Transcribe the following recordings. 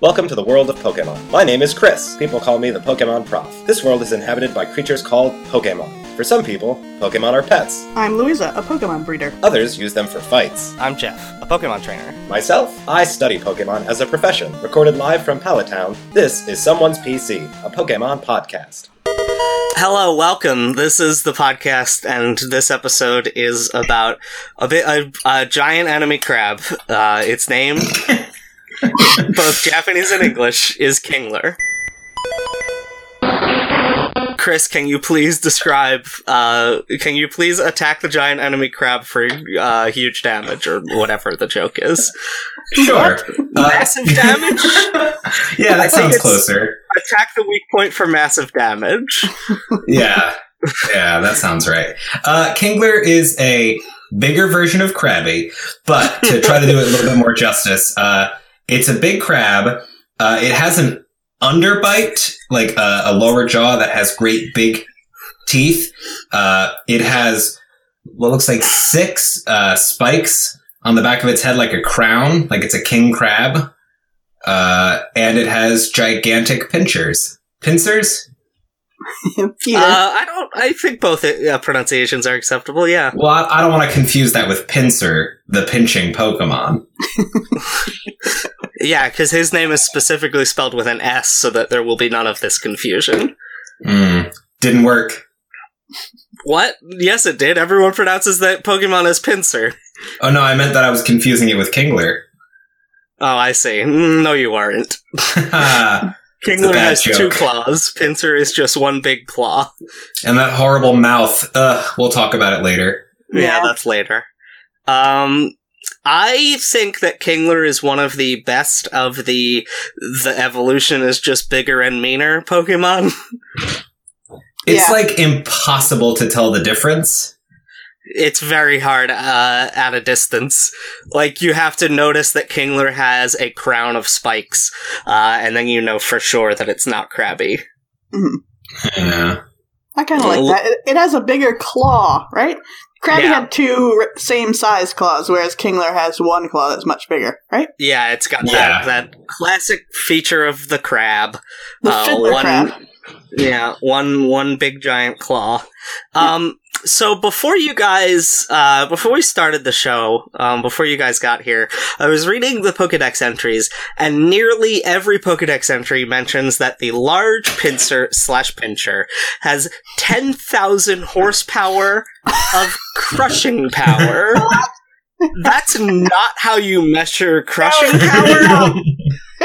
Welcome to the world of Pokemon. My name is Chris. People call me the Pokemon Prof. This world is inhabited by creatures called Pokemon. For some people, Pokemon are pets. I'm Louisa, a Pokemon breeder. Others use them for fights. I'm Jeff, a Pokemon trainer. Myself, I study Pokemon as a profession. Recorded live from Palatown, this is Someone's PC, a Pokemon podcast. Hello, welcome. This is the podcast, and this episode is about a bit a, a giant enemy crab. Uh, its name, both Japanese and English, is Kingler. Chris, can you please describe? Uh, can you please attack the giant enemy crab for uh, huge damage or whatever the joke is? Sure. Uh, Massive damage. yeah, I that think sounds it's- closer. attack the weak point for massive damage. Yeah. Yeah, that sounds right. Uh, Kingler is a bigger version of Krabby, but to try to do it a little bit more justice, uh, it's a big crab. Uh, it has an underbite, like uh, a lower jaw that has great big teeth. Uh, it has what looks like six uh, spikes on the back of its head, like a crown, like it's a king crab. Uh, and it has gigantic pincers. Pincers? Either. Uh, I don't. I think both uh, pronunciations are acceptable. Yeah. Well, I, I don't want to confuse that with Pinsir, the pinching Pokemon. Yeah, because his name is specifically spelled with an S, so that there will be none of this confusion. Mm, didn't work. What? Yes, it did. Everyone pronounces that Pokemon as Pinsir. Oh no, I meant that I was confusing it with Kingler. Oh, I see. Mm, No, you aren't. and Kingler bad has two joke. claws. Pinsir is just one big claw. that horrible mouth. Ugh, we'll talk about it later. Yeah, Yeah. that's later. Um, I think that Kingler is one of the best of the the evolution is just bigger and meaner Pokemon. It's Yeah. like impossible to tell the difference. It's very hard uh, at a distance. Like you have to notice that Kingler has a crown of spikes, uh, and then you know for sure that it's not Krabby. Yeah. I kind of like Well- that. It, it has a bigger claw, right? Krabby Yeah. had two r- same size claws, whereas Kingler has one claw that's much bigger, right? Yeah, it's got that Yeah. that classic feature of the crab. The Uh, fiddler one- crab. Yeah, one one big giant claw. Um so before you guys uh before we started the show, um before you guys got here, I was reading the Pokédex entries and nearly every Pokédex entry mentions that the large pincer slash pincher has 10,000 horsepower of crushing power. That's not how you measure crushing power.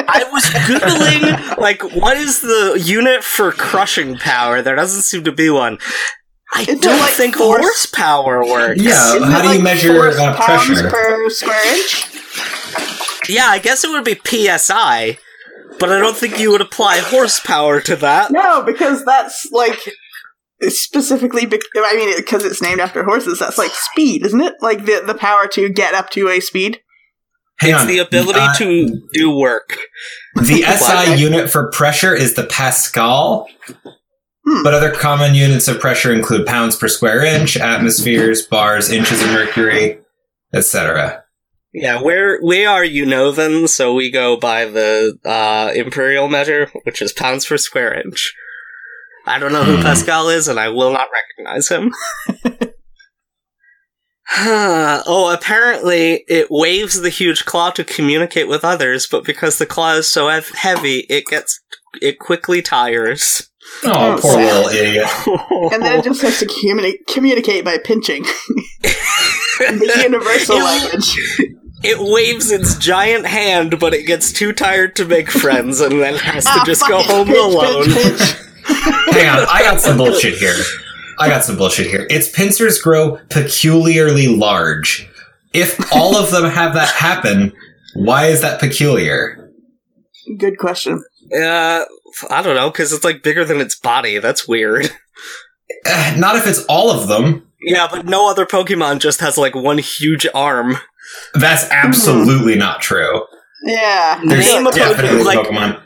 I was googling like what is the unit for crushing power? There doesn't seem to be one. I Isn't it don't like think force? horsepower works. Yeah. Isn't how it do you like measure, four uh, pounds pressure? per square inch? Yeah, I guess it would be psi, but I don't think you would apply horsepower to that. No, because that's like specifically. Bec- I mean, because it's named after horses, that's like speed, isn't it? Like the the power to get up to a speed. Hang It's on. the ability Uh, to do work. The Why? SI unit for pressure is the Pascal, Hmm. but other common units of pressure include pounds per square inch, atmospheres, bars, inches of mercury, etc. Yeah, we're we are Unovan, so we go by the uh, imperial measure, which is pounds per square inch. I don't know who Hmm. Pascal is, and I will not recognize him. Huh. oh, apparently it waves the huge claw to communicate with others, but because the claw is so hev- heavy, it gets it quickly tires. Oh, Hmm. Oh, poor sad. little idiot. And then it just has to communi- communicate by pinching. the universal Ew. language. It waves its giant hand, but it gets too tired to make friends and then has to Ah, just fuck go it. home Pinch, alone. pinch, pinch. Hang on, I got some bullshit here. I got some bullshit here. Its pincers grow peculiarly large. If all of them have that happen, why is that peculiar? Good question. Uh, I don't know, because it's like bigger than its body. That's weird. Eh, not if it's all of them. Yeah, but no other Pokemon just has like one huge arm. That's absolutely not true. Yeah. There's Name a Pokemon, definitely like- Pokemon.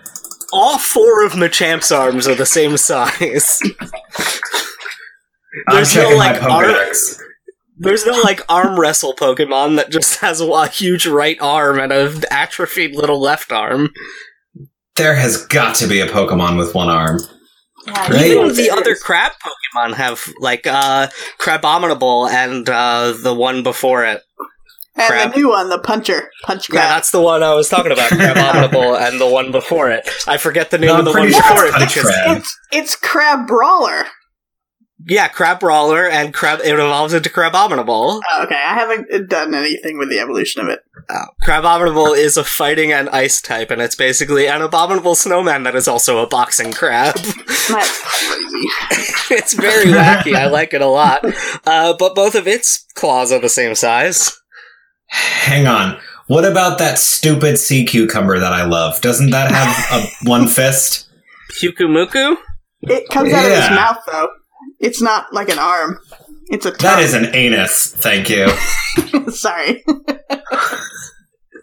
All four of Machamp's arms are the same size. I'm There's no, checking like, my Pokedex. There's no like arm wrestle Pokemon that just has a huge right arm and a atrophied little left arm. There has got to be a Pokemon with one arm. Right. Even the other crab Pokemon have like uh Crabominable and uh the one before it. and crab. the new one, the puncher, punch Yeah, crab. that's the one I was talking about, Crabominable and the one before it. I forget the name No, of the I'm one pretty sure before it's it Punch because Crab. it's it's crab brawler. yeah, Crab Brawler and Crab it evolves into Crabominable. Oh, okay, I haven't done anything with the evolution of it. Crabominable Uh, is a fighting and ice type, and it's basically an abominable snowman that is also a boxing crab. That's crazy. it's very wacky. I like it a lot. Uh, but both of its claws are the same size. Hang on. What about that stupid sea cucumber that I love? Doesn't that have a one fist? Hukumuku? It comes out of his Yeah. mouth though. It's not like an arm. It's a tongue. That is an anus. Thank you. Sorry.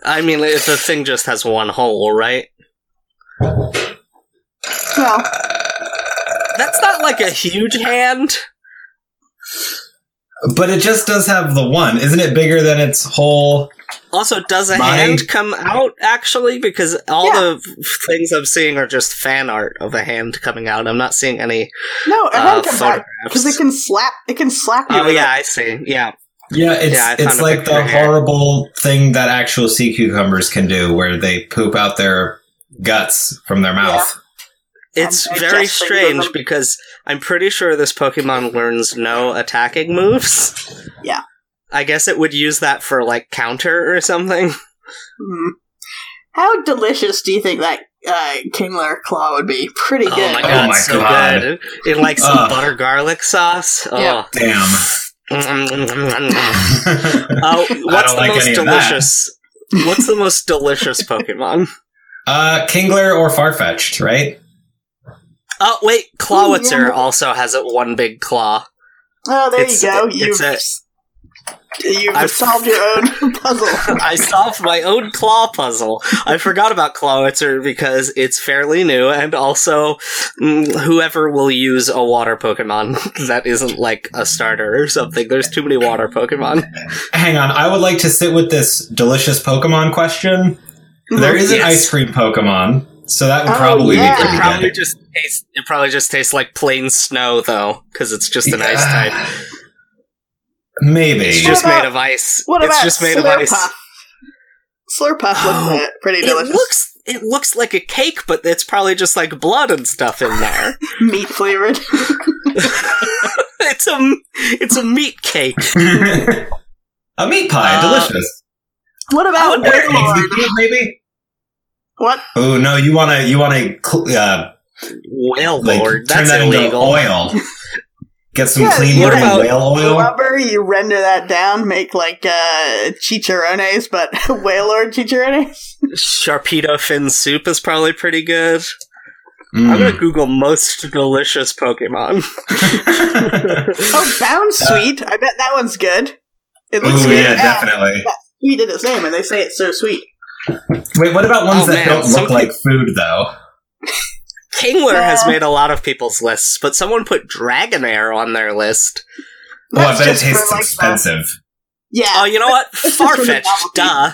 I mean, if the thing just has one hole, right? Well, That's not like a huge hand. But it just does have the one. Isn't it bigger than its whole? Also, does a My- hand come out actually? Because all Yeah. the f- things I'm seeing are just fan art of a hand coming out. I'm not seeing any no, it uh, had to come back because it photographs. can slap. It can slap you. Oh with yeah, it. I see. Yeah, Yeah, it's Yeah, I found it's a like picture the here. horrible thing that actual sea cucumbers can do, where they poop out their guts from their mouth. It's And very digesting strange them. because I'm pretty sure this Pokemon learns no attacking moves. Yeah. I guess it would use that for like counter or something. Hmm. How delicious do you think that uh, Kingler claw would be? Pretty good. Oh my Oh god, my so God. good. In like some Ugh. butter garlic sauce. Yeah. Oh. oh, Damn. what's the like most any of that. delicious? What's the most delicious Pokemon? uh, Kingler or Farfetch'd, right? Oh wait, Clawitzer yeah. also has it one big claw. Oh, there It's- you go. it- You've it's you've I've- solved your own puzzle. I solved my own claw puzzle. I forgot about Clawitzer because it's fairly new, and also mm, whoever will use a water Pokemon that isn't like a starter or something. There's too many water Pokemon. Hang on, I would like to sit with this delicious Pokemon question. There is an Yes. ice cream Pokemon, so that would Oh, probably yeah. be It pretty probably good. just tastes. It probably just tastes like plain snow, though, because it's just an ice type. Maybe. It's What just about- made of ice. What it's about just made of ice. Oh. Slurpuff? Slurpuff looks uh, pretty delicious. It looks. It looks like a cake, but it's probably just like blood and stuff in there. meat flavored. it's a. It's a meat cake. a meat pie, Uh, delicious. what Oh, about Or eggs Waylord? and peanut, maybe. What? Oh no, you wanna you wanna cl- uh, Well, Oh, like Lord, turn that's that into illegal. oil. Get some Yeah, clean what looking about- whale oil. Rubber, you render that down, make like uh, chicharrones, but Waylord chicharrones? Sharpedo fin soup is probably pretty good. I'm Mm. gonna Google most delicious Pokemon. Mm. Oh, Bound Uh, Sweet. I bet that one's good. It Oh, looks Ooh, sweet. yeah, as hell. definitely. Sweet in its name, and they say it's so sweet. Wait, what about ones Oh, that man, don't look some like food though? Kingler Yeah. has made a lot of people's lists, but someone put Dragonair on their list. Oh, I That's bet it just for, like, tastes the- expensive. Yeah. Oh, you know what? This is really Farfetch, novelty. duh.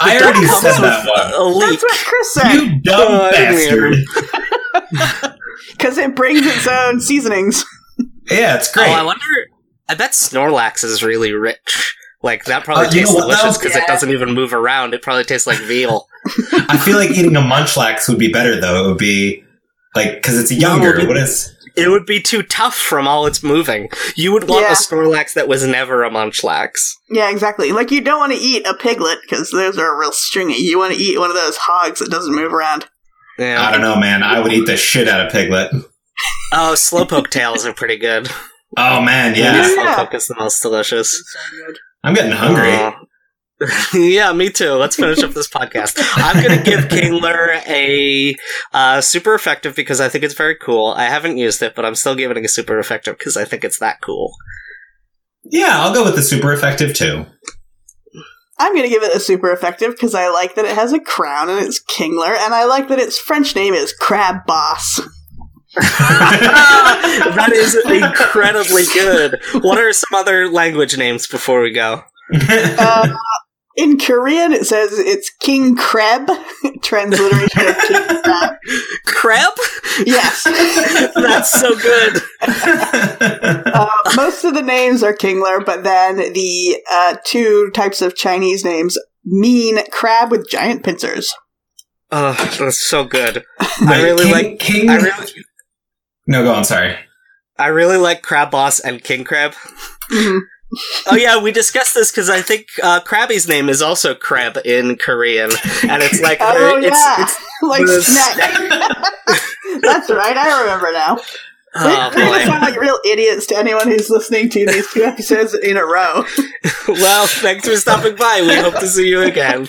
I That already comes said with that one. A leak. That's what Chris said. Oh, You dumb Uh, bastard. Because it brings its own seasonings. Yeah, it's Oh, great. I wonder. I bet Snorlax is really rich. Like that probably Uh, you tastes know what, delicious though? because Yeah. it doesn't even move around. It probably tastes like veal. I feel like eating a munchlax would be better though. It would be like because it's younger. No, it- what is? It would be too tough from all its moving. You would want Yeah. a Snorlax that was never a Munchlax. Yeah, exactly. Like, you don't want to eat a piglet, because those are real stringy. You want to eat one of those hogs that doesn't move around. I Yeah. don't know, man. I would eat the shit out of piglet. Oh, Slowpoke tails are pretty good. Oh man, Maybe yeah. Yeah. Slowpoke is the most delicious. I'm getting hungry. Uh, yeah, me too. Let's finish up this podcast. I'm going to give Kingler a uh, super effective because I think it's very cool. I haven't used it, but I'm still giving it a super effective because I think it's that cool. yeah, I'll go with the super effective too. I'm going to give it a super effective, because I like that it has a crown and it's Kingler, and I like that its French name is Crab Boss. that is incredibly good. What are some other language names before we go? Uh, In Korean, it says it's King Crab. Transliteration of King Crab. Crab? Yes. That's so good. Uh, most of the names are Kingler, but then the uh, two types of Chinese names mean crab with giant pincers. Oh, that's so good. Wait, really King, like- King. I really, no, go on. Sorry. I really like Crab Boss and King Crab. Mhm. Oh yeah, we discussed this because I think uh, Krabby's name is also Crab in Korean, and it's like Oh, it's, yeah. it's like the snack. That's right. I remember now. oh We're gonna sound boy. like real idiots to anyone who's listening to these two episodes in a row. well, thanks for stopping by. We hope to see you again.